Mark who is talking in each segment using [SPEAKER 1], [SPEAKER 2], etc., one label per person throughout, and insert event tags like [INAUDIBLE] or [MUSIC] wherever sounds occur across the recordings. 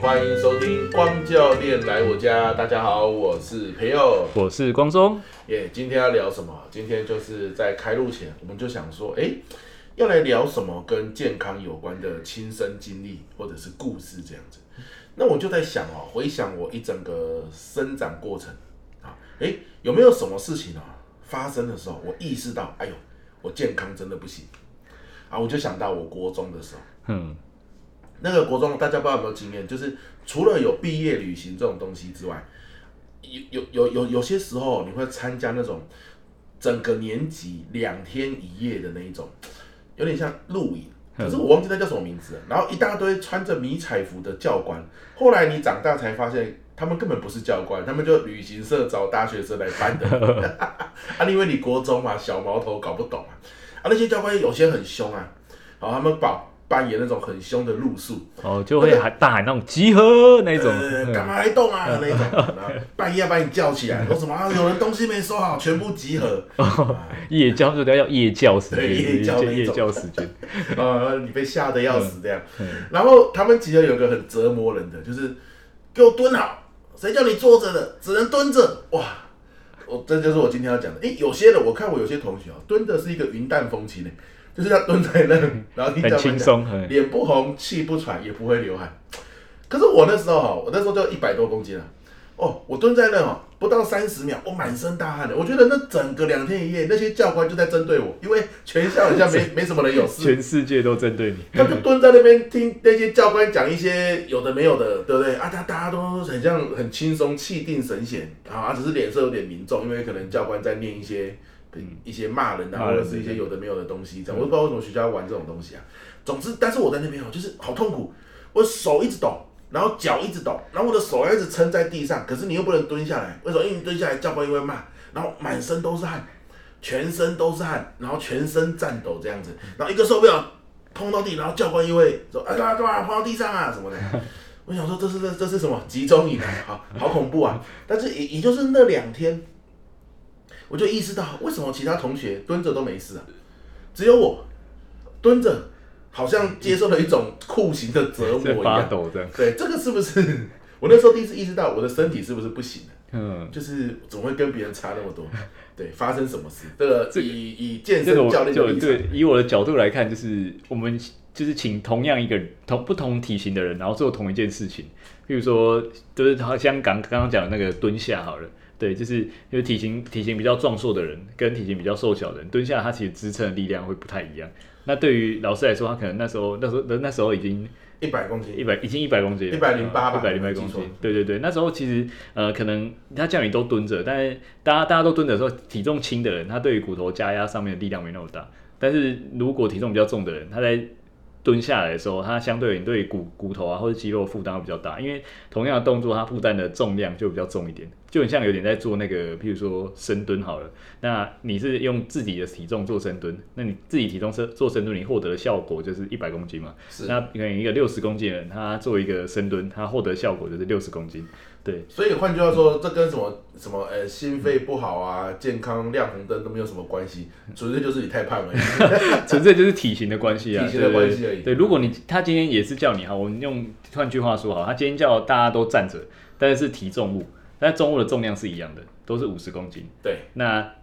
[SPEAKER 1] 欢迎收听光教练来我家。大家好，我是培佑。
[SPEAKER 2] 我是光中，
[SPEAKER 1] 耶、今天要聊什么？今天就是在开录前，我们就想说，哎、要来聊什么跟健康有关的亲身经历或者是故事这样子。那我就在想哦，回想我一整个生长过程啊，哎、有没有什么事情啊发生的时候，我意识到，哎呦，我健康真的不行啊，我就想到我国中的时候。
[SPEAKER 2] 嗯，
[SPEAKER 1] 那个国中大家不知道有没有经验，就是除了有毕业旅行这种东西之外，有有有有有些时候你会参加那种整个年级两天一夜的那一种，有点像露营。可是我忘记那叫什么名字了，然后一大堆穿着迷彩服的教官，后来你长大才发现，他们根本不是教官，他们就旅行社找大学生来办的。 [LAUGHS] 啊，因为你国中嘛，小毛头搞不懂啊，啊那些教官有些很凶啊，然后他们把扮演那种很凶的路数，
[SPEAKER 2] 哦，就会喊大喊那种集合那一种，
[SPEAKER 1] 呃
[SPEAKER 2] 嗯
[SPEAKER 1] 干嘛来动啊那一种，然后
[SPEAKER 2] [LAUGHS]
[SPEAKER 1] 半夜把你叫起来，说什么啊有人东西没收好，全部集合，
[SPEAKER 2] 嗯
[SPEAKER 1] [LAUGHS]
[SPEAKER 2] 夜教就叫叫夜教时间，
[SPEAKER 1] 对夜教那一
[SPEAKER 2] 夜
[SPEAKER 1] 种
[SPEAKER 2] 教时
[SPEAKER 1] [LAUGHS]
[SPEAKER 2] 间，
[SPEAKER 1] 呃，你被吓得要死这样。
[SPEAKER 2] 嗯
[SPEAKER 1] 然后他们集合有个很折磨人的，就是给我蹲好，谁叫你坐着的，只能蹲着，哇！我这就是我今天要讲的。诶，有些人我看我有些同学哦，蹲的是一个云淡风轻的，就是他蹲在那，然后听教
[SPEAKER 2] 很
[SPEAKER 1] 官
[SPEAKER 2] 轻
[SPEAKER 1] 讲，
[SPEAKER 2] 松，嗯
[SPEAKER 1] 脸不红，气不喘，也不会流汗。可是我那时候哈，我那时候就一百多公斤了。哦，我蹲在那哦，不到三十秒，我满身大汗的。我觉得那整个两天一夜，那些教官就在针对我，因为全校好像没没什么人有事，
[SPEAKER 2] 全世界都针对你，
[SPEAKER 1] 他就蹲在那边听那些教官讲一些有的没有的，对不对？啊，他大家都很像很轻松，气定神闲啊，只是脸色有点凝重，因为可能教官在念一些嗯一些骂人啊，
[SPEAKER 2] 骂
[SPEAKER 1] 或
[SPEAKER 2] 人
[SPEAKER 1] 者是一些有的没有的东西，这样我都不知道为什么学校要玩这种东西啊。总之，但是我在那边哦，就是好痛苦，我手一直抖，然后脚一直抖，然后我的手要一直撑在地上，可是你又不能蹲下来，为什么？因为你蹲下来教官又会骂，然后满身都是汗，全身都是汗，然后全身颤抖这样子，然后一个受不了碰到地，然后教官又会说啊干嘛干嘛碰到地上啊什
[SPEAKER 2] [LAUGHS]
[SPEAKER 1] 么的。我想说这是这这是什么集中营啊，好好恐怖
[SPEAKER 2] [LAUGHS]
[SPEAKER 1] 啊！但是也也就是那两天，我就意识到为什么其他同学蹲着都没事啊，只有我蹲着好像接受了一种酷刑的折磨
[SPEAKER 2] [LAUGHS] 在
[SPEAKER 1] 一
[SPEAKER 2] 发
[SPEAKER 1] 样。
[SPEAKER 2] 抖这样，
[SPEAKER 1] 对，这个是不是 [LAUGHS] 我那时候第一次意识到我的身体是不是不行了？
[SPEAKER 2] 嗯，
[SPEAKER 1] 就是总会跟别人差那么多，对，发生什么事？这个
[SPEAKER 2] 这个
[SPEAKER 1] 以以健
[SPEAKER 2] 这个
[SPEAKER 1] 身
[SPEAKER 2] 我
[SPEAKER 1] 教练的
[SPEAKER 2] 就
[SPEAKER 1] 立场，
[SPEAKER 2] 对，以我的角度来看，就是我们就是请同样一个人同不同体型的人，然后做同一件事情，譬如说就是他香港刚刚讲的那个蹲下好了。对，就是就是体型体型比较壮硕的人跟体型比较瘦小的人蹲下，他其实支撑的力量会不太一样。那对于老师来说，他可能那时候那时候那时候已经
[SPEAKER 1] 一百公斤
[SPEAKER 2] 一百已经一百公斤了，
[SPEAKER 1] 108吧
[SPEAKER 2] 一百零八
[SPEAKER 1] 没
[SPEAKER 2] 公
[SPEAKER 1] 记错
[SPEAKER 2] 斤，对对对，那时候其实呃，可能他叫你都蹲着，但是大家大家都蹲着的时候，体重轻的人，他对于骨头加压上面的力量没那么大，但是如果体重比较重的人，他在蹲下来的时候，他相对于对于骨骨头啊或者肌肉负担会比较大，因为同样的动作，它负担的重量就比较重一点，就很像有点在做那个，譬如说深蹲好了，那你是用自己的体重做深蹲，那你自己体重深做深蹲，你获得的效果就是一百公斤嘛，
[SPEAKER 1] 是
[SPEAKER 2] 那可能一个六十公斤的人，他做一个深蹲，他获得效果就是六十公斤。
[SPEAKER 1] [LAUGHS]
[SPEAKER 2] 对，
[SPEAKER 1] 所以换句话说，这跟什么什么呃心肺不好啊、健康亮红灯都没有什么关系，纯粹就是你太胖而
[SPEAKER 2] [LAUGHS]
[SPEAKER 1] 已。
[SPEAKER 2] 纯粹就是体型的关系啊，
[SPEAKER 1] 体型的
[SPEAKER 2] 对对
[SPEAKER 1] 关系而已
[SPEAKER 2] 对，如果你他今天也是叫你哈，我们用换句话说好，他今天叫大家都站着，但是提重物，但重物的重量是一样的，都是五十公斤。
[SPEAKER 1] 对，
[SPEAKER 2] 那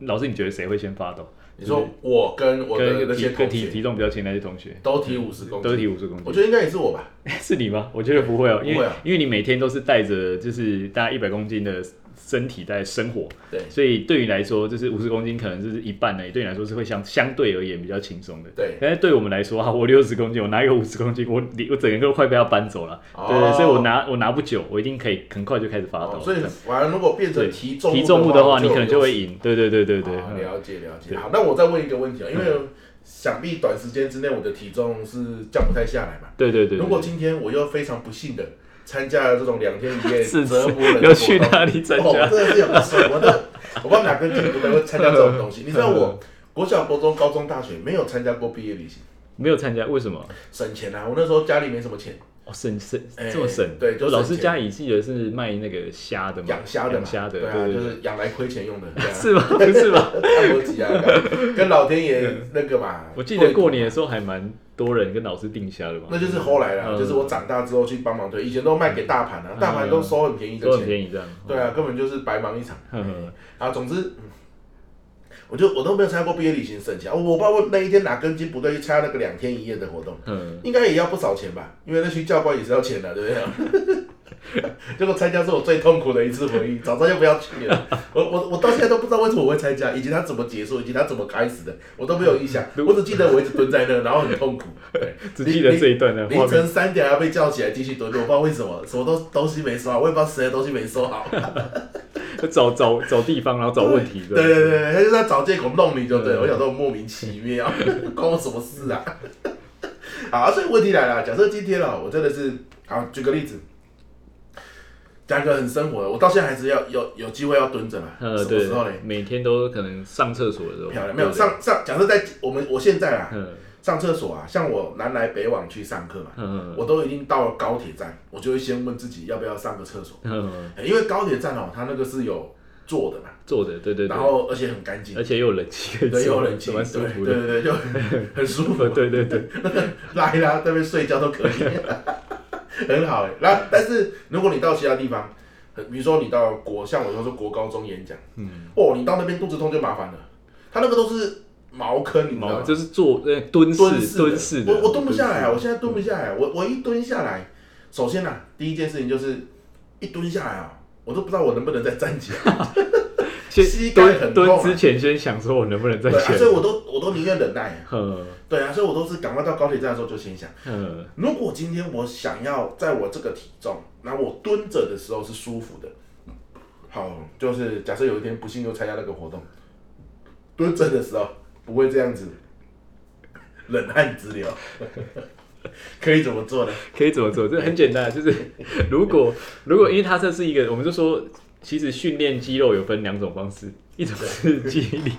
[SPEAKER 2] 老师，你觉得谁会先发抖？
[SPEAKER 1] 你说我跟我的
[SPEAKER 2] 跟
[SPEAKER 1] 那
[SPEAKER 2] 体
[SPEAKER 1] 些
[SPEAKER 2] 跟
[SPEAKER 1] 同
[SPEAKER 2] 体
[SPEAKER 1] 学
[SPEAKER 2] 体重比较轻那些同学，
[SPEAKER 1] 都提五十公
[SPEAKER 2] 都是
[SPEAKER 1] 斤，
[SPEAKER 2] 提五十公斤
[SPEAKER 1] 我。觉得应该也是我吧。
[SPEAKER 2] [LAUGHS] 是你吗？我觉得不会哦、因
[SPEAKER 1] 不会
[SPEAKER 2] 为、
[SPEAKER 1] 啊
[SPEAKER 2] 因为你每天都是带着就是大概一百公斤的身体在生活，
[SPEAKER 1] 对
[SPEAKER 2] 所以对你来说就是五十公斤可能就是一半而已，对你来说是会相相对而言比较轻松的。
[SPEAKER 1] 对，
[SPEAKER 2] 但是对我们来说啊，我六十公斤，我拿一个五十公斤，我我整个都快被他搬走了。
[SPEAKER 1] 哦
[SPEAKER 2] 对，所以我拿我拿不久，我一定可以很快就开始发抖了。
[SPEAKER 1] 哦所以
[SPEAKER 2] 这样
[SPEAKER 1] 反而如果变成
[SPEAKER 2] 啊对
[SPEAKER 1] 提重
[SPEAKER 2] 提重物的话，
[SPEAKER 1] 我
[SPEAKER 2] 你可能就
[SPEAKER 1] 有
[SPEAKER 2] 会赢。对对对对对，
[SPEAKER 1] 啊
[SPEAKER 2] 嗯
[SPEAKER 1] 了解了解。
[SPEAKER 2] 对嗯
[SPEAKER 1] 好，那我再问一个问题啊，因为想必短时间之内我的体重是降不太下来嘛。
[SPEAKER 2] 对对对。
[SPEAKER 1] 如
[SPEAKER 2] [LAUGHS]
[SPEAKER 1] 果今天我又非常不幸的参加了这种两天一夜
[SPEAKER 2] [LAUGHS] 是
[SPEAKER 1] 折磨人的
[SPEAKER 2] 要去
[SPEAKER 1] 活动
[SPEAKER 2] 哪里参
[SPEAKER 1] 哦
[SPEAKER 2] 加？，
[SPEAKER 1] 真的是有不爽。我的，我不知道哪根筋不对，会参加这种东
[SPEAKER 2] [LAUGHS]
[SPEAKER 1] 西。你知道我国小、国中、高中、大学没有参加过毕业旅行，
[SPEAKER 2] 没有参加，为什么？
[SPEAKER 1] 省钱啊！我那时候家里没什么钱，
[SPEAKER 2] 哦，省省
[SPEAKER 1] 哎
[SPEAKER 2] 这么省？
[SPEAKER 1] 对就省
[SPEAKER 2] 老师
[SPEAKER 1] 钱
[SPEAKER 2] 家里记得是卖那个虾的嘛，
[SPEAKER 1] 养虾的嘛，
[SPEAKER 2] 养虾的，
[SPEAKER 1] 对啊，
[SPEAKER 2] 对
[SPEAKER 1] 就
[SPEAKER 2] 对
[SPEAKER 1] 是养来亏钱用的，对
[SPEAKER 2] 对， [LAUGHS]
[SPEAKER 1] 啊，
[SPEAKER 2] 是吗？
[SPEAKER 1] [LAUGHS]
[SPEAKER 2] 不是吧？
[SPEAKER 1] 按摩机啊，干嘛跟老天爷那个嘛。
[SPEAKER 2] [LAUGHS] 我记得过年的时候还蛮多人跟老师定下的嘛，
[SPEAKER 1] 那就是后来啦，
[SPEAKER 2] 嗯
[SPEAKER 1] 就是我长大之后去帮忙推，以前都卖给大盘啊，
[SPEAKER 2] 嗯
[SPEAKER 1] 大盘都收很便宜的
[SPEAKER 2] 都很
[SPEAKER 1] 钱，
[SPEAKER 2] 便宜这样。
[SPEAKER 1] 对啊，根本就是白忙一场。
[SPEAKER 2] [LAUGHS] 呵呵，
[SPEAKER 1] 啊，总之，嗯我就我都没有参加过毕业旅行省钱，我我不知道我那一天哪根筋不对，去参加那个两天一夜的活动， [LAUGHS]
[SPEAKER 2] 嗯，
[SPEAKER 1] 应该也要不少钱吧，因为那群教官也是要钱的，对 [LAUGHS] 不对？结果参加是我最痛苦的一次回忆，早知道就不要去了。我我我到现在都不知道为什么我会参加，以及它怎么结束，以及它怎么开始的，我都没有印象。我只记得我一直蹲在那，然后很痛苦。对
[SPEAKER 2] 只记得这一段的画
[SPEAKER 1] 凌
[SPEAKER 2] 面。
[SPEAKER 1] 晨三点还被叫起来继续蹲，我不知道为什么，什么都东西没收啊好，我也不知道谁的东西没收好。
[SPEAKER 2] 找找找地方，然后找问题。
[SPEAKER 1] 对对对对，他就在找借口弄你就对了。
[SPEAKER 2] 嗯
[SPEAKER 1] 我想说莫名其妙， [LAUGHS] 关我什么事啊？ [LAUGHS] 好，所以问题来了，假设今天啊，我真的是，好，举个例子，讲一个很生活的，我到现在还是要有有机会要蹲着嘛，
[SPEAKER 2] 呃，
[SPEAKER 1] 什么
[SPEAKER 2] 对
[SPEAKER 1] 时候嘞？，
[SPEAKER 2] 每天都可能上厕所的时候，
[SPEAKER 1] 漂亮，没有
[SPEAKER 2] 对不对，
[SPEAKER 1] 上上，假设在我们我现在啊，
[SPEAKER 2] 嗯
[SPEAKER 1] 上厕所啊，像我南来北往去上课嘛，
[SPEAKER 2] 嗯
[SPEAKER 1] 我都已经到了高铁站，我就会先问自己要不要上个厕所，
[SPEAKER 2] 嗯，
[SPEAKER 1] 哎因为高铁站哦，它那个是有坐的嘛，
[SPEAKER 2] 坐的，对对对
[SPEAKER 1] 然，后而且很干净
[SPEAKER 2] 而。且又有冷气可以坐， [LAUGHS]
[SPEAKER 1] 对，又有冷气，
[SPEAKER 2] 蛮舒服
[SPEAKER 1] 对对
[SPEAKER 2] 的。[LAUGHS]
[SPEAKER 1] 对，就很很舒服，
[SPEAKER 2] 对
[SPEAKER 1] [LAUGHS]
[SPEAKER 2] 对对，
[SPEAKER 1] 拉一拉，在那边睡觉都可以， [LAUGHS] 很好哎、欸。那但是如果你到其他地方，很比如说你到国，像我说是国高中演讲，
[SPEAKER 2] 嗯，
[SPEAKER 1] 哦，你到那边肚子痛就麻烦了，他那个都是茅坑，你知道
[SPEAKER 2] 毛
[SPEAKER 1] 吗？
[SPEAKER 2] 就是坐呃蹲
[SPEAKER 1] 蹲
[SPEAKER 2] 式
[SPEAKER 1] 式
[SPEAKER 2] 蹲式的，嗯
[SPEAKER 1] 我我蹲不下来啊，
[SPEAKER 2] 蹲
[SPEAKER 1] 我现在蹲不下来啊，我我一蹲下来，首先啊，第一件事情就是一蹲下来啊，我都不知道我能不能再站起来。
[SPEAKER 2] 式的
[SPEAKER 1] 膝
[SPEAKER 2] 先
[SPEAKER 1] 盖很
[SPEAKER 2] 蹲
[SPEAKER 1] 痛啊
[SPEAKER 2] 蹲之前先想说我能不能再
[SPEAKER 1] 对啊，
[SPEAKER 2] 起
[SPEAKER 1] 所以
[SPEAKER 2] 来，
[SPEAKER 1] 我都我都宁愿忍耐。
[SPEAKER 2] 嗯
[SPEAKER 1] 对啊，所以我都是赶快到高铁站的时候就先想。
[SPEAKER 2] 嗯
[SPEAKER 1] 如果今天我想要在我这个体重，那我蹲着的时候是舒服的。好，就是假设有一天不幸又参加那个活动，蹲着的时候不会这样子，冷汗直流， [LAUGHS] 可以怎么做呢？
[SPEAKER 2] 可以怎么做？这很简单，啊就是如果如果因为它这是一个，我们就说，其实训练肌肉有分两种方式，一种是肌力，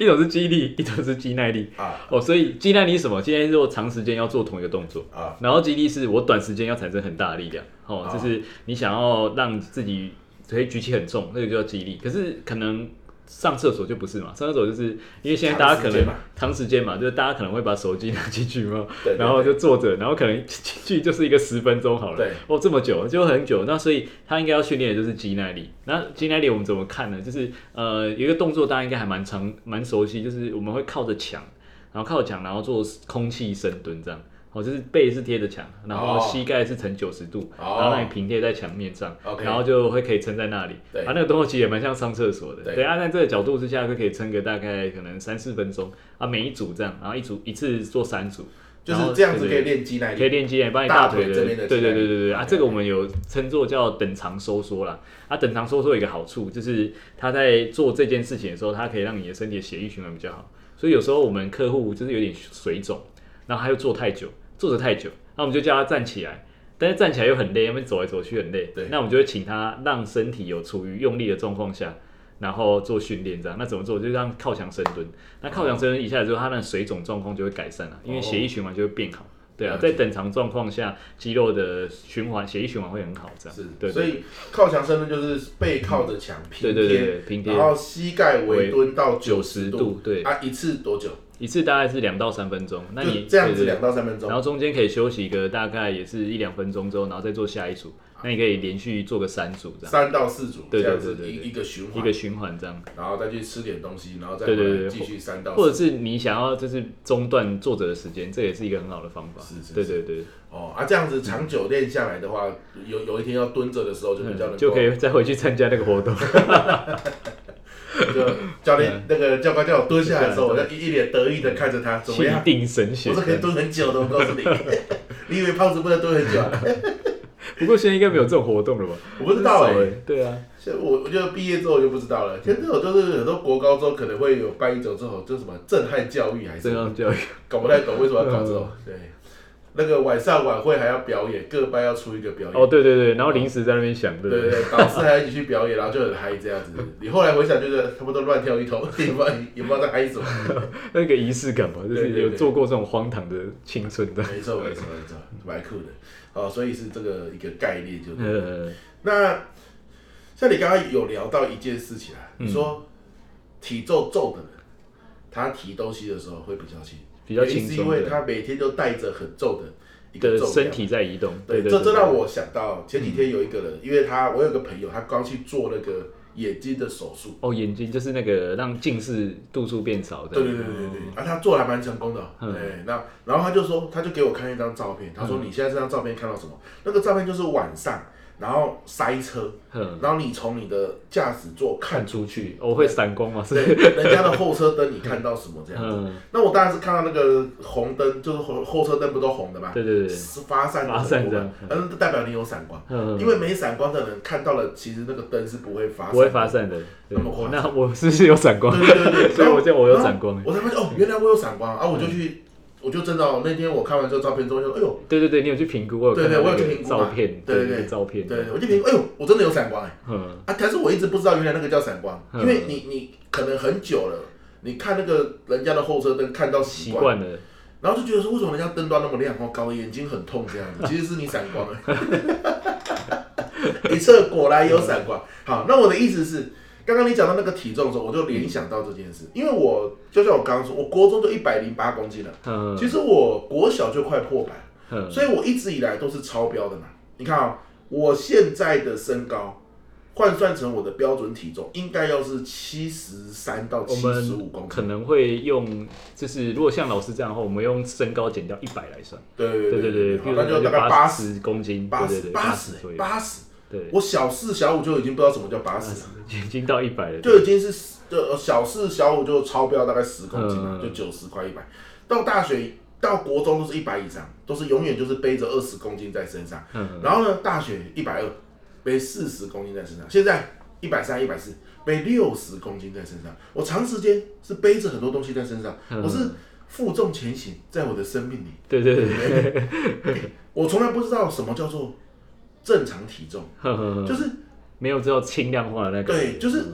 [SPEAKER 2] 一种是肌力，一种是肌耐力。
[SPEAKER 1] 啊
[SPEAKER 2] 哦，所以肌耐力是什么？肌耐力是我长时间要做同一个动作，
[SPEAKER 1] 啊，
[SPEAKER 2] 然后肌力是我短时间要产生很大的力量。哦，
[SPEAKER 1] 啊
[SPEAKER 2] 就是你想要让自己可以举起很重，那个就叫肌力。可是可能上厕所就不是嘛，上厕所就是因为现在大家
[SPEAKER 1] 长
[SPEAKER 2] 可
[SPEAKER 1] 时间
[SPEAKER 2] 能
[SPEAKER 1] 嘛
[SPEAKER 2] 长时间嘛，就是大家可能会把手机拿进去嘛，
[SPEAKER 1] 对，
[SPEAKER 2] 然后就坐着，然后可能进去就是一个十分钟好了。
[SPEAKER 1] 对 [LAUGHS]
[SPEAKER 2] 哦，这么久就很久，那所以他应该要训练的就是肌耐力。那肌耐力我们怎么看呢？就是呃，有一个动作大家应该还蛮常蛮熟悉，就是我们会靠着墙，然后靠着墙，然后做空气深蹲这样。哦，就是背是贴着墙，然后
[SPEAKER 1] 哦
[SPEAKER 2] 膝盖是呈九十度，
[SPEAKER 1] 哦
[SPEAKER 2] 然后让你平贴在墙面上
[SPEAKER 1] OK
[SPEAKER 2] 然后就会可以撑在那里。
[SPEAKER 1] 对
[SPEAKER 2] 啊，那个动作其实也蛮像上厕所的。
[SPEAKER 1] 对
[SPEAKER 2] 啊，在这个角度之下就可以撑个大概可能三四分钟啊，每一组这样，然后一组一次做三组，
[SPEAKER 1] 就是这样子可以
[SPEAKER 2] 然后
[SPEAKER 1] 练肌耐
[SPEAKER 2] 可
[SPEAKER 1] 力。
[SPEAKER 2] 以练肌，把你
[SPEAKER 1] 大
[SPEAKER 2] 大
[SPEAKER 1] 腿
[SPEAKER 2] 腿的，
[SPEAKER 1] 这边的
[SPEAKER 2] 对
[SPEAKER 1] 肌
[SPEAKER 2] 对
[SPEAKER 1] 耐力
[SPEAKER 2] 对对对啊，这个我们有称作叫等长收缩啦。啊，等长收缩有一个好处就是它在做这件事情的时候，它可以让你的身体的血液循环比较好。所以有时候我们客户就是有点水肿，然后他又坐太久，坐着太久，那我们就叫他站起来。但是站起来又很累，因为走来走去很累。
[SPEAKER 1] 对
[SPEAKER 2] 那我们就会请他让身体有处于用力的状况下，然后做训练这样。那怎么做？就是让靠墙深蹲。那靠墙深蹲一下之后，他的水肿状况就会改善了、
[SPEAKER 1] 哦
[SPEAKER 2] 因为血液循环就会变好。对啊
[SPEAKER 1] 了，解
[SPEAKER 2] 在等长状况下，肌肉的循环、血液循环会很好，这样。
[SPEAKER 1] 是，
[SPEAKER 2] 对
[SPEAKER 1] 所
[SPEAKER 2] 对
[SPEAKER 1] 以靠墙深蹲就是背靠着墙平
[SPEAKER 2] 对对对
[SPEAKER 1] 贴，
[SPEAKER 2] 对，平
[SPEAKER 1] 然
[SPEAKER 2] 贴
[SPEAKER 1] 后膝盖微蹲到九
[SPEAKER 2] 十
[SPEAKER 1] 十度，
[SPEAKER 2] 度，对，
[SPEAKER 1] 啊，一次多久？
[SPEAKER 2] 一次大概是两到三分钟。那你
[SPEAKER 1] 就这样子
[SPEAKER 2] 对对
[SPEAKER 1] 两到三分钟
[SPEAKER 2] 然。后中间可以休息一个大概也是一两分钟之后，然后再做下一组。
[SPEAKER 1] 啊
[SPEAKER 2] 那你可以连续做个三组这样，
[SPEAKER 1] 三到四组这
[SPEAKER 2] 对对
[SPEAKER 1] 样子
[SPEAKER 2] 对对对
[SPEAKER 1] 一一个循
[SPEAKER 2] 一
[SPEAKER 1] 环，
[SPEAKER 2] 个循环这样。
[SPEAKER 1] 然后再去吃点东西，然后再
[SPEAKER 2] 对对
[SPEAKER 1] 回来
[SPEAKER 2] 对
[SPEAKER 1] 继续三到
[SPEAKER 2] 或
[SPEAKER 1] 四。
[SPEAKER 2] 者是你想要就是中断坐着的时间，这也是一个很好的方法。
[SPEAKER 1] 是是
[SPEAKER 2] 对对对，
[SPEAKER 1] 哦，啊，这样子长久练下来的话，有有一天要蹲着的时候就比较能
[SPEAKER 2] 嗯就
[SPEAKER 1] 够
[SPEAKER 2] 可，以再回去参加那个活动。 [LAUGHS]
[SPEAKER 1] 就教练那个教官叫我蹲下来的时候，我
[SPEAKER 2] 嗯对嗯
[SPEAKER 1] 就一一脸得意的看着 [LAUGHS] 他，怎么
[SPEAKER 2] 气 [LAUGHS]
[SPEAKER 1] 样？
[SPEAKER 2] 定神闲
[SPEAKER 1] 我是。可以蹲很久的，我告诉你， [LAUGHS] 你以为胖子不能蹲很久啊？
[SPEAKER 2] 不过现在应该没有这种活动了吧？
[SPEAKER 1] 我不知道哎、
[SPEAKER 2] 很少欸对啊，
[SPEAKER 1] 现在我我就毕业之后我就不知道了。现在这种就是很多国高中可能会有办一种这种，就什么震撼教育还是
[SPEAKER 2] 这样教育。
[SPEAKER 1] 搞不太懂为什么要搞这种。对，那个晚上晚会还要表演，各班要出一个表演。
[SPEAKER 2] 哦，对对对，然后临时在那边想，对不
[SPEAKER 1] 对
[SPEAKER 2] 对？
[SPEAKER 1] 对，导师还一起去表演，然后就很嗨这 [LAUGHS] 样子。你后来回想，就是他们都乱跳一通， [LAUGHS] 也不知道也不知道在嗨什么。
[SPEAKER 2] 那个仪式感嘛，就
[SPEAKER 1] 对
[SPEAKER 2] 是
[SPEAKER 1] 对对
[SPEAKER 2] 有做过这种荒唐的青春的。
[SPEAKER 1] [LAUGHS] 没错没错没错，蛮酷的。哦，所以是这个一个概念就，对。
[SPEAKER 2] [LAUGHS] 呃，
[SPEAKER 1] 嗯那像你刚刚有聊到一件事情啊，你说体重重的人，他提东西的时候会比较轻，
[SPEAKER 2] 比较
[SPEAKER 1] 原因
[SPEAKER 2] 轻
[SPEAKER 1] 是
[SPEAKER 2] 松
[SPEAKER 1] 因为
[SPEAKER 2] 的
[SPEAKER 1] 他每天都带着很重的一个
[SPEAKER 2] 的
[SPEAKER 1] 重量
[SPEAKER 2] 身体在移动。
[SPEAKER 1] 对，
[SPEAKER 2] 对，
[SPEAKER 1] 这
[SPEAKER 2] 对
[SPEAKER 1] 这
[SPEAKER 2] 对
[SPEAKER 1] 让我想到前几天有一个人，因为他我有个朋友，他刚去做那个眼睛的手术，
[SPEAKER 2] 哦，眼睛就是那个让近视度数变少的。
[SPEAKER 1] 对对对对对，啊，他做的还蛮成功的哦，
[SPEAKER 2] 嗯
[SPEAKER 1] 哎，那然后他就说，他就给我看一张照片，他说你现在这张照片看到什么？那个照片就是晚上，然后塞车，
[SPEAKER 2] 嗯，
[SPEAKER 1] 然后你从你的驾驶座看
[SPEAKER 2] 看
[SPEAKER 1] 出
[SPEAKER 2] 出
[SPEAKER 1] 去，
[SPEAKER 2] 去，哦我会闪光吗？
[SPEAKER 1] 对，
[SPEAKER 2] 是，
[SPEAKER 1] 人家的后车灯你看到什么这样子？
[SPEAKER 2] 嗯，
[SPEAKER 1] 那我当然是看到那个红灯，就是后后车灯不都红的吗？
[SPEAKER 2] 对对对，
[SPEAKER 1] 是发散
[SPEAKER 2] 发散这样
[SPEAKER 1] 的，嗯，代表你有闪光。
[SPEAKER 2] 嗯，
[SPEAKER 1] 因为没闪光的人看到了，其实那个灯是不会发，
[SPEAKER 2] 不会发。散的。对
[SPEAKER 1] 那
[SPEAKER 2] 哦
[SPEAKER 1] 么夸张
[SPEAKER 2] 那我是不是有闪光？ [LAUGHS]
[SPEAKER 1] 对对对对，
[SPEAKER 2] 所以我这样我有
[SPEAKER 1] 然后
[SPEAKER 2] 闪光欸。
[SPEAKER 1] 我才发现哦，原来我有闪光啊！我就去，我就真的哦那天我看完这个照片之后，就哎呦，
[SPEAKER 2] 对对对，你有去评估？我有
[SPEAKER 1] 对
[SPEAKER 2] 看
[SPEAKER 1] 对
[SPEAKER 2] 到
[SPEAKER 1] 我有
[SPEAKER 2] 那
[SPEAKER 1] 去
[SPEAKER 2] 个
[SPEAKER 1] 评估嘛
[SPEAKER 2] 照片，
[SPEAKER 1] 对对对
[SPEAKER 2] 那个照片，
[SPEAKER 1] 对，我就评估，哎呦，我真的有闪光哎！
[SPEAKER 2] 嗯，
[SPEAKER 1] 啊，但是我一直不知道原来那个叫闪光，
[SPEAKER 2] 嗯
[SPEAKER 1] 因为你你可能很久了，你看那个人家的后车灯看到习
[SPEAKER 2] 习
[SPEAKER 1] 惯，
[SPEAKER 2] 惯了。
[SPEAKER 1] 然后就觉得说为什么人家灯端那么亮，哦，搞得眼睛很痛这样子，其实是你闪光了。 [LAUGHS] 一测果然有闪光。好，那我的意思是，刚刚你讲到那个体重的时候，我就联想到这件事，因为我就像我刚刚说，我国中就一百零八公斤了。
[SPEAKER 2] 嗯
[SPEAKER 1] 其实我国小就快破百，
[SPEAKER 2] 嗯，
[SPEAKER 1] 所以我一直以来都是超标的嘛。你看啊、我现在的身高换算成我的标准体重，应该要是七十三到
[SPEAKER 2] 我
[SPEAKER 1] 七十五
[SPEAKER 2] 们
[SPEAKER 1] 公
[SPEAKER 2] 可
[SPEAKER 1] 斤。
[SPEAKER 2] 能会用，就是如果像老师这样的话，我们用身高减掉一百来算。
[SPEAKER 1] 对对
[SPEAKER 2] 对对对，譬
[SPEAKER 1] 好
[SPEAKER 2] 如
[SPEAKER 1] 那就大概
[SPEAKER 2] 八
[SPEAKER 1] 八十、
[SPEAKER 2] 十公斤，
[SPEAKER 1] 八
[SPEAKER 2] 对对
[SPEAKER 1] 十、
[SPEAKER 2] 对，
[SPEAKER 1] 八
[SPEAKER 2] 八
[SPEAKER 1] 十
[SPEAKER 2] 十左、右，
[SPEAKER 1] 八十。
[SPEAKER 2] 对，
[SPEAKER 1] 我小四、小五就已经不知道什么叫八十了，
[SPEAKER 2] 已经到一百了。
[SPEAKER 1] 就已经是呃小四、小五就超标大概十公斤了，
[SPEAKER 2] 嗯
[SPEAKER 1] 就九十快一百。到大学到国中都是一百以上，都是永远就是背着二十公斤在身上。
[SPEAKER 2] 嗯，
[SPEAKER 1] 然后呢，大学一百二，背四十公斤在身上，现在一百三、一百四，背六十公斤在身上。我长时间是背着很多东西在身上，
[SPEAKER 2] 嗯
[SPEAKER 1] 我是负重前行，在我的生命里，
[SPEAKER 2] 对对对，
[SPEAKER 1] [LAUGHS] 我从来不知道什么叫做正常体重，
[SPEAKER 2] 呵呵呵
[SPEAKER 1] 就是
[SPEAKER 2] 没有知道轻量化的那个。
[SPEAKER 1] 对就是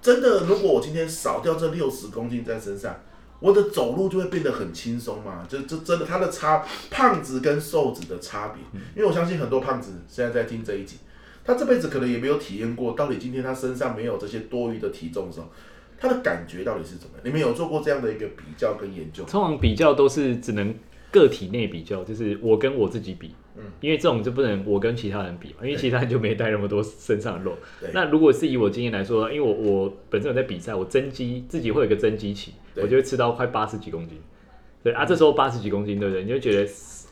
[SPEAKER 1] 真的，如果我今天少掉这六十公斤在身上。我的走路就会变得很轻松嘛，就就真的它的差胖子跟瘦子的差别，
[SPEAKER 2] 嗯
[SPEAKER 1] 因为我相信很多胖子现在在听这一集，他这辈子可能也没有体验过，到底今天他身上没有这些多余的体重的时候，他的感觉到底是怎么样？你们有做过这样的一个比较跟研究？
[SPEAKER 2] 通常比较都是只能个体内比较，就是我跟我自己比，
[SPEAKER 1] 嗯
[SPEAKER 2] 因为这种就不能我跟其他人比嘛，因为
[SPEAKER 1] 对
[SPEAKER 2] 其他人就没带那么多身上的肉
[SPEAKER 1] 对。
[SPEAKER 2] 那如果是以我经验来说，因为我我本身有在比赛，我增肌自己会有一个增肌期，
[SPEAKER 1] 对嗯
[SPEAKER 2] 我就会吃到快八十几公斤。对啊，这时候八十几公斤，对不对？你就觉得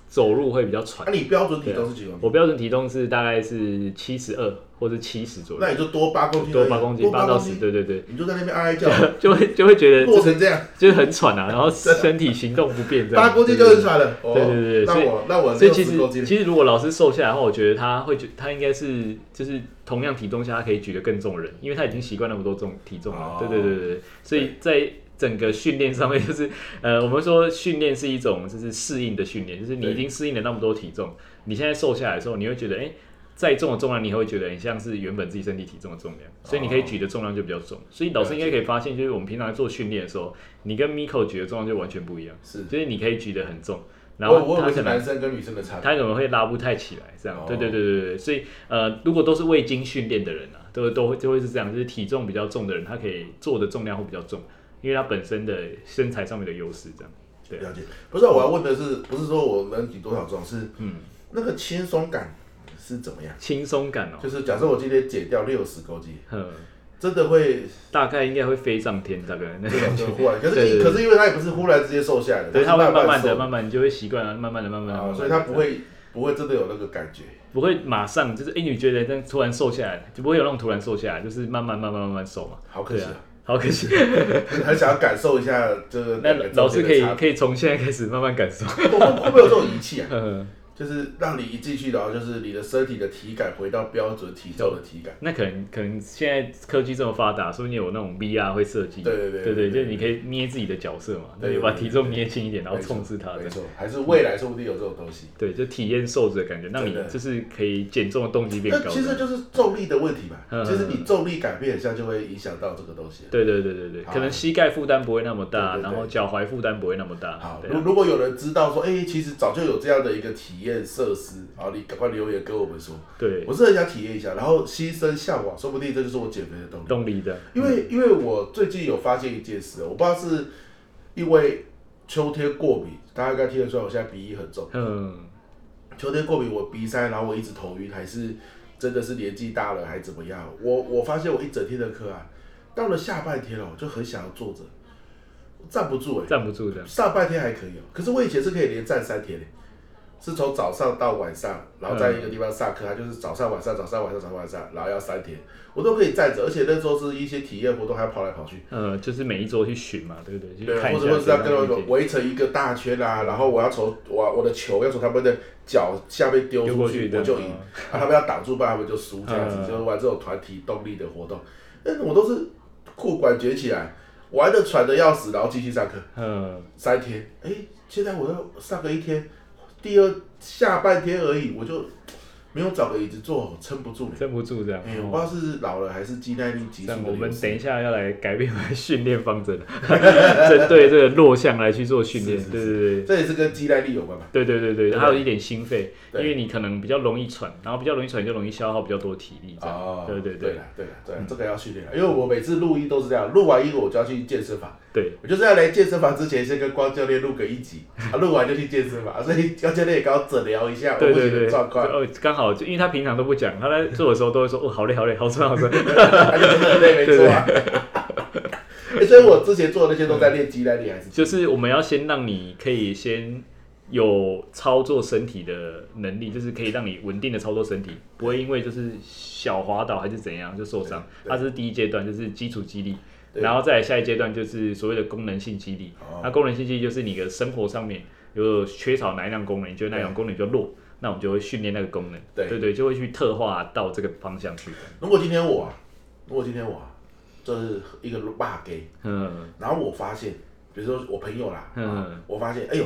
[SPEAKER 2] 走路会比较喘
[SPEAKER 1] 那、。啊你标准体重是几公斤？
[SPEAKER 2] 我标准体重是大概是七十二或者七十左
[SPEAKER 1] 那
[SPEAKER 2] 右，
[SPEAKER 1] 你就多八公斤而已，
[SPEAKER 2] 啊多八公斤，
[SPEAKER 1] 多
[SPEAKER 2] 八
[SPEAKER 1] 八
[SPEAKER 2] 到
[SPEAKER 1] 公
[SPEAKER 2] 十，
[SPEAKER 1] 斤，
[SPEAKER 2] 对对对，
[SPEAKER 1] 你就在那边哀哀
[SPEAKER 2] [LAUGHS]
[SPEAKER 1] 叫，
[SPEAKER 2] 就会就会觉得
[SPEAKER 1] 落
[SPEAKER 2] 就是
[SPEAKER 1] 成这样，
[SPEAKER 2] 就是很喘啊，然
[SPEAKER 1] [LAUGHS]
[SPEAKER 2] 后身体行动不便这样，
[SPEAKER 1] 八公斤
[SPEAKER 2] 对
[SPEAKER 1] 就
[SPEAKER 2] 对对
[SPEAKER 1] 很喘了。哦
[SPEAKER 2] 对对对
[SPEAKER 1] 那
[SPEAKER 2] 所以
[SPEAKER 1] 我那我
[SPEAKER 2] 所以
[SPEAKER 1] 六
[SPEAKER 2] 其
[SPEAKER 1] 十
[SPEAKER 2] 实
[SPEAKER 1] 公斤，
[SPEAKER 2] 其实如果老师瘦下来的话，我觉得他会觉他应该是就是同样体重下，他可以举得更重的人，因为他已经习惯那么多重体重了
[SPEAKER 1] 哦。
[SPEAKER 2] 对对对对对，所以在整个训练上面，就是 [LAUGHS] 呃，我们说训练是一种就是适应的训练，就是你
[SPEAKER 1] 对
[SPEAKER 2] 已经适应了那么多体重，你现在瘦下来的时候，你会觉得哎。再重的重量，你会觉得很像是原本自己身体体重的重量，
[SPEAKER 1] 哦
[SPEAKER 2] 所以你可以举的重量就比较重。所以老师应该可以发现，就是我们平常在做训练的时候，你跟 Miko 举的重量就完全不一样，
[SPEAKER 1] 是
[SPEAKER 2] 就是你可以举得很重，然
[SPEAKER 1] 我
[SPEAKER 2] 后
[SPEAKER 1] 我以
[SPEAKER 2] 他
[SPEAKER 1] 为
[SPEAKER 2] 可
[SPEAKER 1] 是
[SPEAKER 2] 能
[SPEAKER 1] 男生跟女生的差别。
[SPEAKER 2] 他可能会拉不太起来，这样
[SPEAKER 1] 哦。
[SPEAKER 2] 对对对对对，所以呃，如果都是未经训练的人啊，都都会就会是这样，就是体重比较重的人，他可以做的重量会比较重，因为他本身的身材上面的优势，这样。对
[SPEAKER 1] 了解，不是我要问的是，不是说我能举多少重，是
[SPEAKER 2] 嗯，
[SPEAKER 1] 那个轻松感是怎么样？
[SPEAKER 2] 轻松感哦、
[SPEAKER 1] 就是假设我今天减掉六十公斤，
[SPEAKER 2] 嗯，
[SPEAKER 1] 真的会
[SPEAKER 2] 大概应该会飞上天，大概那
[SPEAKER 1] 这种就忽然，可
[SPEAKER 2] 对
[SPEAKER 1] 是
[SPEAKER 2] 对
[SPEAKER 1] 你
[SPEAKER 2] 对
[SPEAKER 1] 可是因为他也不是忽然直接瘦下来的，
[SPEAKER 2] 对，他
[SPEAKER 1] 它
[SPEAKER 2] 会
[SPEAKER 1] 慢
[SPEAKER 2] 慢慢的、
[SPEAKER 1] 瘦
[SPEAKER 2] 慢慢，你就会习惯了，慢慢的、慢慢的、慢
[SPEAKER 1] 啊
[SPEAKER 2] 慢，的
[SPEAKER 1] 所以他不会不会真的有那个感觉。
[SPEAKER 2] 不会马上就是，哎、你觉得这样突然瘦下来，就不会有那种突然瘦下来，就是慢慢、慢慢、慢慢瘦嘛。
[SPEAKER 1] 好可惜啊
[SPEAKER 2] 对啊，好
[SPEAKER 1] [LAUGHS]
[SPEAKER 2] 可惜。
[SPEAKER 1] 很想要感受一下这个
[SPEAKER 2] 那
[SPEAKER 1] 两个中
[SPEAKER 2] 老
[SPEAKER 1] 间
[SPEAKER 2] 师
[SPEAKER 1] 的
[SPEAKER 2] 可以
[SPEAKER 1] 差
[SPEAKER 2] 可以从现在开始慢慢感受。
[SPEAKER 1] 别会会会不会有这种仪器啊？
[SPEAKER 2] 嗯
[SPEAKER 1] 就是让你一进去，然后就是你的身体的体感回到标准体重的体感。
[SPEAKER 2] 那可能可能现在科技这么发达，说不定有那种 VR 会设计，
[SPEAKER 1] 对对对
[SPEAKER 2] 对
[SPEAKER 1] 对
[SPEAKER 2] 就是你可以捏自己的角色嘛，
[SPEAKER 1] 对
[SPEAKER 2] 对，
[SPEAKER 1] 对
[SPEAKER 2] 把
[SPEAKER 1] 对
[SPEAKER 2] 体重捏轻一点，然后控制它，
[SPEAKER 1] 没
[SPEAKER 2] 这
[SPEAKER 1] 错没
[SPEAKER 2] 样
[SPEAKER 1] 错，还是未来说不定有这种东西。
[SPEAKER 2] 对，就体验瘦子的感觉，让你
[SPEAKER 1] 真的
[SPEAKER 2] 就是可以减重的动机变
[SPEAKER 1] 那
[SPEAKER 2] 高。
[SPEAKER 1] 其实就是重力的问题吧，
[SPEAKER 2] 嗯
[SPEAKER 1] 其实你重力改变一下就会影响到这个东西。
[SPEAKER 2] 对对对对对，
[SPEAKER 1] 好
[SPEAKER 2] 可能膝盖负担不会那么大，
[SPEAKER 1] 对对对
[SPEAKER 2] 然后脚踝负担不会那么大
[SPEAKER 1] 好，，
[SPEAKER 2] 对
[SPEAKER 1] 如
[SPEAKER 2] 啊，
[SPEAKER 1] 如果有人知道说，哎、其实早就有这样的一个体验设施，好，你赶快留言跟我们说，
[SPEAKER 2] 对，
[SPEAKER 1] 我是很想体验一下，然后心生向往，说不定这就是我减肥的动力。
[SPEAKER 2] 嗯动力的，
[SPEAKER 1] 因为因为我最近有发现一件事，我不知道是因为秋贴过敏，大家应该听得出来，我现在鼻音很重。
[SPEAKER 2] 嗯，
[SPEAKER 1] 秋天过敏，我鼻塞，然后我一直头晕，还是真的是年纪大了还怎么样？我我发现我一整天的课啊，到了下半天了，哦我就很想要坐着，站不住哎、
[SPEAKER 2] 站不住的，
[SPEAKER 1] 上半天还可以哦、可是我以前是可以连站三天的、是从早上到晚上，然后在一个地方上课，它就是早上晚上早上晚上早上晚上，然后要三天，我都可以站着，而且那时候是一些体验活动，还跑来跑去。
[SPEAKER 2] 呃，就是每一周去巡嘛，对不对？去
[SPEAKER 1] 对，啊
[SPEAKER 2] 看一
[SPEAKER 1] 或者
[SPEAKER 2] 下
[SPEAKER 1] 或者是要跟
[SPEAKER 2] 这
[SPEAKER 1] 我
[SPEAKER 2] 样
[SPEAKER 1] 们围成一个大圈啊，然后我要从我我的球要从他们的脚下面丢
[SPEAKER 2] 丢
[SPEAKER 1] 出
[SPEAKER 2] 过
[SPEAKER 1] 去
[SPEAKER 2] 去，
[SPEAKER 1] 我
[SPEAKER 2] 的
[SPEAKER 1] 就赢；啊，他们要挡住，不然他们就输。这样子
[SPEAKER 2] 嗯
[SPEAKER 1] 就是玩这种团体动力的活动。但是我都是裤管卷起来，玩的喘的要死，然后继续上课
[SPEAKER 2] 嗯，
[SPEAKER 1] 三天。哎，现在我要上个一天，第二下半天而已，我就没有找个椅子坐，撑不住。
[SPEAKER 2] 站不住这样。
[SPEAKER 1] 哎，我不知
[SPEAKER 2] 哦
[SPEAKER 1] 道是老了还是肌耐力急速
[SPEAKER 2] 但
[SPEAKER 1] 的
[SPEAKER 2] 我们
[SPEAKER 1] 流失
[SPEAKER 2] 等一下要来改变我们的训练方针，针对这个弱项来去做训练
[SPEAKER 1] 是是，
[SPEAKER 2] 对对对。
[SPEAKER 1] 这也是跟肌耐力有关吧？
[SPEAKER 2] 对对对对，
[SPEAKER 1] 对
[SPEAKER 2] 还有一点心肺，因
[SPEAKER 1] 对
[SPEAKER 2] 为你可能比较容易喘，然后比较容易喘就容易消耗比较多体力这样。
[SPEAKER 1] 哦，
[SPEAKER 2] 对对对
[SPEAKER 1] 对啦对啦对啦，这个要训练啦，因为我每次录音都是这样，录完音我就要去健身房，
[SPEAKER 2] 对，
[SPEAKER 1] 我就是要来健身房之前先跟光教练录个一
[SPEAKER 2] [LAUGHS]
[SPEAKER 1] 集，啊，录完就去健身房，所以光教练也跟我诊疗一下我
[SPEAKER 2] 对
[SPEAKER 1] 目
[SPEAKER 2] 对
[SPEAKER 1] 前
[SPEAKER 2] 对，
[SPEAKER 1] 的状况，
[SPEAKER 2] 哦，刚好就因为他平常都不讲，他在做的时候都会说，哦，好累好累，好酸好酸。
[SPEAKER 1] 他就真的很累，没错啊。 [LAUGHS] 欸所以我之前做的那些都在练肌耐力还是
[SPEAKER 2] [LAUGHS] 就是我们要先让你可以先有操作身体的能力，就是可以让你稳定的操作身体，不会因为就是小滑倒还是怎样就受伤。
[SPEAKER 1] 对对
[SPEAKER 2] 它这是第一阶段，就是基础肌力，
[SPEAKER 1] 对
[SPEAKER 2] 然后再来下一阶段就是所谓的功能性肌力。
[SPEAKER 1] 哦
[SPEAKER 2] 那功能性肌力就是你的生活上面有缺少哪一样功能，你觉得哪一样功能就弱，那我们就会训练那个功能。
[SPEAKER 1] 对
[SPEAKER 2] 对对，就会去特化到这个方向去。
[SPEAKER 1] 如果今天我啊，如果今天我啊，就是一个骂 gay，
[SPEAKER 2] 嗯
[SPEAKER 1] 然后我发现，比如说我朋友啦，
[SPEAKER 2] 嗯
[SPEAKER 1] 我发现，哎呦。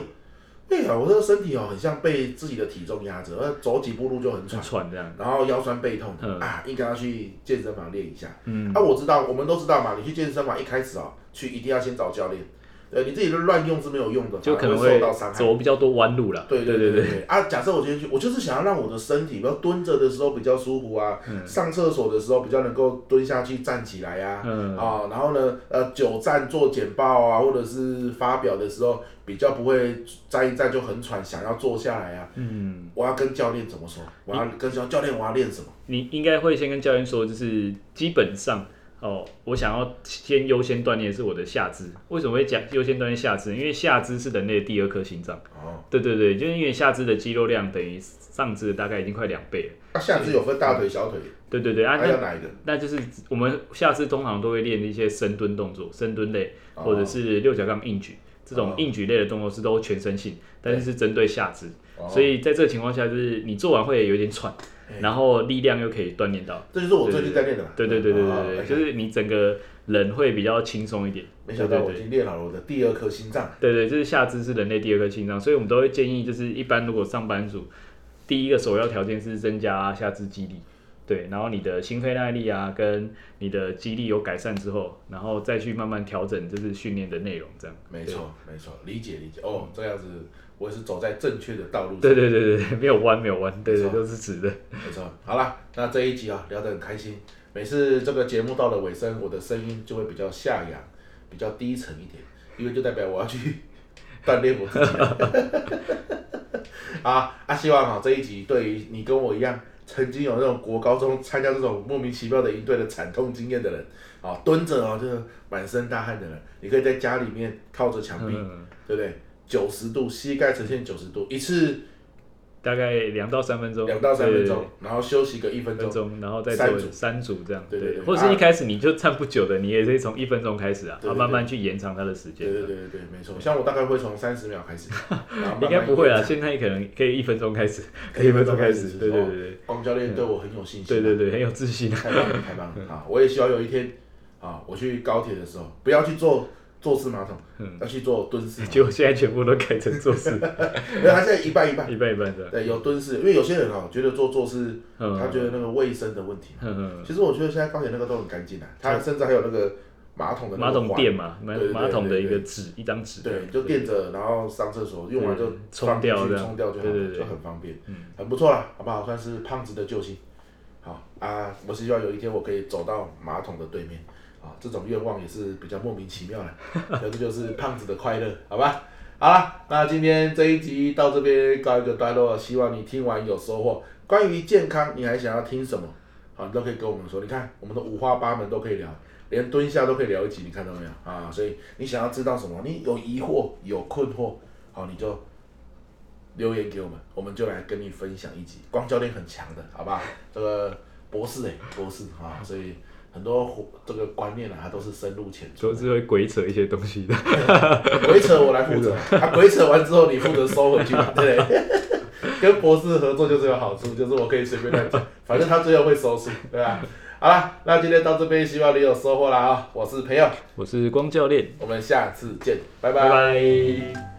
[SPEAKER 1] 哎呀，我这个身体哦，很像被自己的体重压着，呃走几步路就很
[SPEAKER 2] 很
[SPEAKER 1] 喘。
[SPEAKER 2] 喘这样。
[SPEAKER 1] 然后腰酸背痛的、
[SPEAKER 2] 嗯
[SPEAKER 1] 啊，应该要去健身房练一下。
[SPEAKER 2] 嗯
[SPEAKER 1] 啊，我知道，我们都知道嘛，你去健身房一开始哦，去一定要先找教练，呃，你自己乱用是没有用的，
[SPEAKER 2] 就可能
[SPEAKER 1] 反而
[SPEAKER 2] 会
[SPEAKER 1] 受到伤害。
[SPEAKER 2] 走比较多弯路啦。
[SPEAKER 1] 对
[SPEAKER 2] 对
[SPEAKER 1] 对对对对啊！假设我今天去，我就是想要让我的身体，比如蹲着的时候比较舒服啊，上厕所的时候比较能够蹲下去站起来啊，
[SPEAKER 2] 嗯
[SPEAKER 1] 啊，然后呢，呃，久站做简报啊，或者是发表的时候比较不会站一站就很喘，想要坐下来啊。
[SPEAKER 2] 嗯。
[SPEAKER 1] 我要跟教练怎么说？我要跟教教练我要练什么？
[SPEAKER 2] 你应该会先跟教练说，就是基本上哦，我想要先优先锻炼是我的下肢。为什么会讲优先锻炼下肢？因为下肢是人类的第二颗心脏。
[SPEAKER 1] 哦，
[SPEAKER 2] 对对对，就是因为下肢的肌肉量等于上肢的大概已经快两倍了。
[SPEAKER 1] 啊，下肢有分大腿、小腿，
[SPEAKER 2] 对对对啊，
[SPEAKER 1] 还有
[SPEAKER 2] 那
[SPEAKER 1] 哪一个？
[SPEAKER 2] 那就是我们下肢通常都会练一些深蹲动作、深蹲类，
[SPEAKER 1] 哦
[SPEAKER 2] 或者是六角杠硬举这种
[SPEAKER 1] 哦
[SPEAKER 2] 硬举类的动作是都全身性，但是是针对下肢。
[SPEAKER 1] 哦哎
[SPEAKER 2] 所以在这个情况下，就是你做完会有点喘，然后力量又可以锻炼到。
[SPEAKER 1] 这就是我最近在练的嘛。
[SPEAKER 2] 对对对对
[SPEAKER 1] 哦
[SPEAKER 2] 对对，
[SPEAKER 1] 哎
[SPEAKER 2] 就是你整个人会比较轻松一点。
[SPEAKER 1] 没想到
[SPEAKER 2] 对
[SPEAKER 1] 我已经练好了我的第二颗心脏。
[SPEAKER 2] 对对，就是下肢是人类第二颗心脏，所以我们都会建议，就是一般如果上班族，第一个首要条件是增加下肢肌力，对，然后你的心肺耐力啊，跟你的肌力有改善之后，然后再去慢慢调整就是训练的内容，这样。
[SPEAKER 1] 没错没错，理解理解。哦，这样子我也是走在正确的道路上。
[SPEAKER 2] 对对对对，没有弯没有弯，对对
[SPEAKER 1] 没错
[SPEAKER 2] 都是直的。
[SPEAKER 1] 没错。好啦，那这一集啊聊得很开心。每次这个节目到了尾声，我的声音就会比较下扬，比较低沉一点，因为就代表我要去 [LAUGHS] 锻炼我自己了。好啊，希望哈这一集对于你跟我一样，曾经有那种国高中参加这种莫名其妙的营队的惨痛经验的人，啊，蹲着哦就是满身大汗的人，你可以在家里面靠着墙壁，
[SPEAKER 2] 嗯，
[SPEAKER 1] 对不对？九十度，膝盖呈现九十度，一次
[SPEAKER 2] 大概两到三分钟，
[SPEAKER 1] 两到三分
[SPEAKER 2] 对。
[SPEAKER 1] 钟
[SPEAKER 2] 对对，
[SPEAKER 1] 然后休息个一分
[SPEAKER 2] 分
[SPEAKER 1] 钟，
[SPEAKER 2] 钟，然后再
[SPEAKER 1] 三
[SPEAKER 2] 做
[SPEAKER 1] 组
[SPEAKER 2] 三组这样，
[SPEAKER 1] 对对对
[SPEAKER 2] 或者
[SPEAKER 1] 啊
[SPEAKER 2] 是一开始你就站不久的，你也可以从一分钟开始啊，
[SPEAKER 1] 对对对
[SPEAKER 2] 然后慢慢去延长它的时间
[SPEAKER 1] 对。对对对对，没错。像我大概会从三十秒
[SPEAKER 2] [LAUGHS]
[SPEAKER 1] 开始，然后慢慢
[SPEAKER 2] 应该不会啊，
[SPEAKER 1] 延长
[SPEAKER 2] 现在可能可以一分钟开始，
[SPEAKER 1] 可以一
[SPEAKER 2] 一
[SPEAKER 1] 分
[SPEAKER 2] 分
[SPEAKER 1] 钟
[SPEAKER 2] 钟
[SPEAKER 1] 开
[SPEAKER 2] 开
[SPEAKER 1] 始哦
[SPEAKER 2] 始，对对对对
[SPEAKER 1] 光教练对我很有信心、
[SPEAKER 2] 对对对，很有自信啊。 [LAUGHS]
[SPEAKER 1] 太棒了太棒了！好，我也希望有一天啊，我去高铁的时候不要去坐坐式马桶，
[SPEAKER 2] 嗯
[SPEAKER 1] 要去坐蹲
[SPEAKER 2] [LAUGHS]
[SPEAKER 1] 式马桶，
[SPEAKER 2] 结果现在全部都改成做事， [LAUGHS]
[SPEAKER 1] 因为它现在一半一半，
[SPEAKER 2] 一半一半的，
[SPEAKER 1] 对，有蹲式，因为有些人哦觉得坐坐式，
[SPEAKER 2] 嗯
[SPEAKER 1] 他觉得那个卫生的问题。
[SPEAKER 2] 嗯
[SPEAKER 1] 其实我觉得现在高铁那个都很干净啊，它甚至还有那个马桶的
[SPEAKER 2] 嗯，
[SPEAKER 1] 那
[SPEAKER 2] 马
[SPEAKER 1] 个
[SPEAKER 2] 桶
[SPEAKER 1] 环
[SPEAKER 2] 垫嘛，马
[SPEAKER 1] 对对对
[SPEAKER 2] 马桶的一
[SPEAKER 1] 对
[SPEAKER 2] 个纸，一张纸，
[SPEAKER 1] 对，就垫着，然后上厕所用完就
[SPEAKER 2] 对
[SPEAKER 1] 放进
[SPEAKER 2] 冲掉
[SPEAKER 1] 去
[SPEAKER 2] 这样
[SPEAKER 1] 冲掉就好
[SPEAKER 2] 对
[SPEAKER 1] 了，
[SPEAKER 2] 对对嗯
[SPEAKER 1] 就很方便，很不错啦，好不好？算是胖子的救星。好啊，我希望有一天我可以走到马桶的对面啊，这种愿望也是比较莫名其妙的，可是就是胖子的快乐，好吧？好啦，那今天这一集到这边告一个段落，希望你听完有收获。关于健康，你还想要听什么？好，你都可以跟我们说。你看，我们的五花八门都可以聊，连蹲下都可以聊一集，你看到没有啊？所以你想要知道什么？你有疑惑、有困惑，好，你就留言给我们，我们就来跟你分享一集。光教练很强的，好吧？这个博士哎、博士啊，所以很多活这个观念啊，它都是深入浅出
[SPEAKER 2] 都
[SPEAKER 1] 的。
[SPEAKER 2] 是会鬼扯一些东西的。
[SPEAKER 1] 鬼扯我来负 [LAUGHS] 责，啊，鬼扯完之后你负责收回去 [LAUGHS] 嘛，对不对？跟博士合作就是有好处，就是我可以随便 [LAUGHS] 乱讲，反正他最后会收束，对吧？好啦，那今天到这边，希望你有 [LAUGHS] 收获啦啊、我是培佑，
[SPEAKER 2] 我是光教练，
[SPEAKER 1] 我们下次见，拜
[SPEAKER 2] 拜拜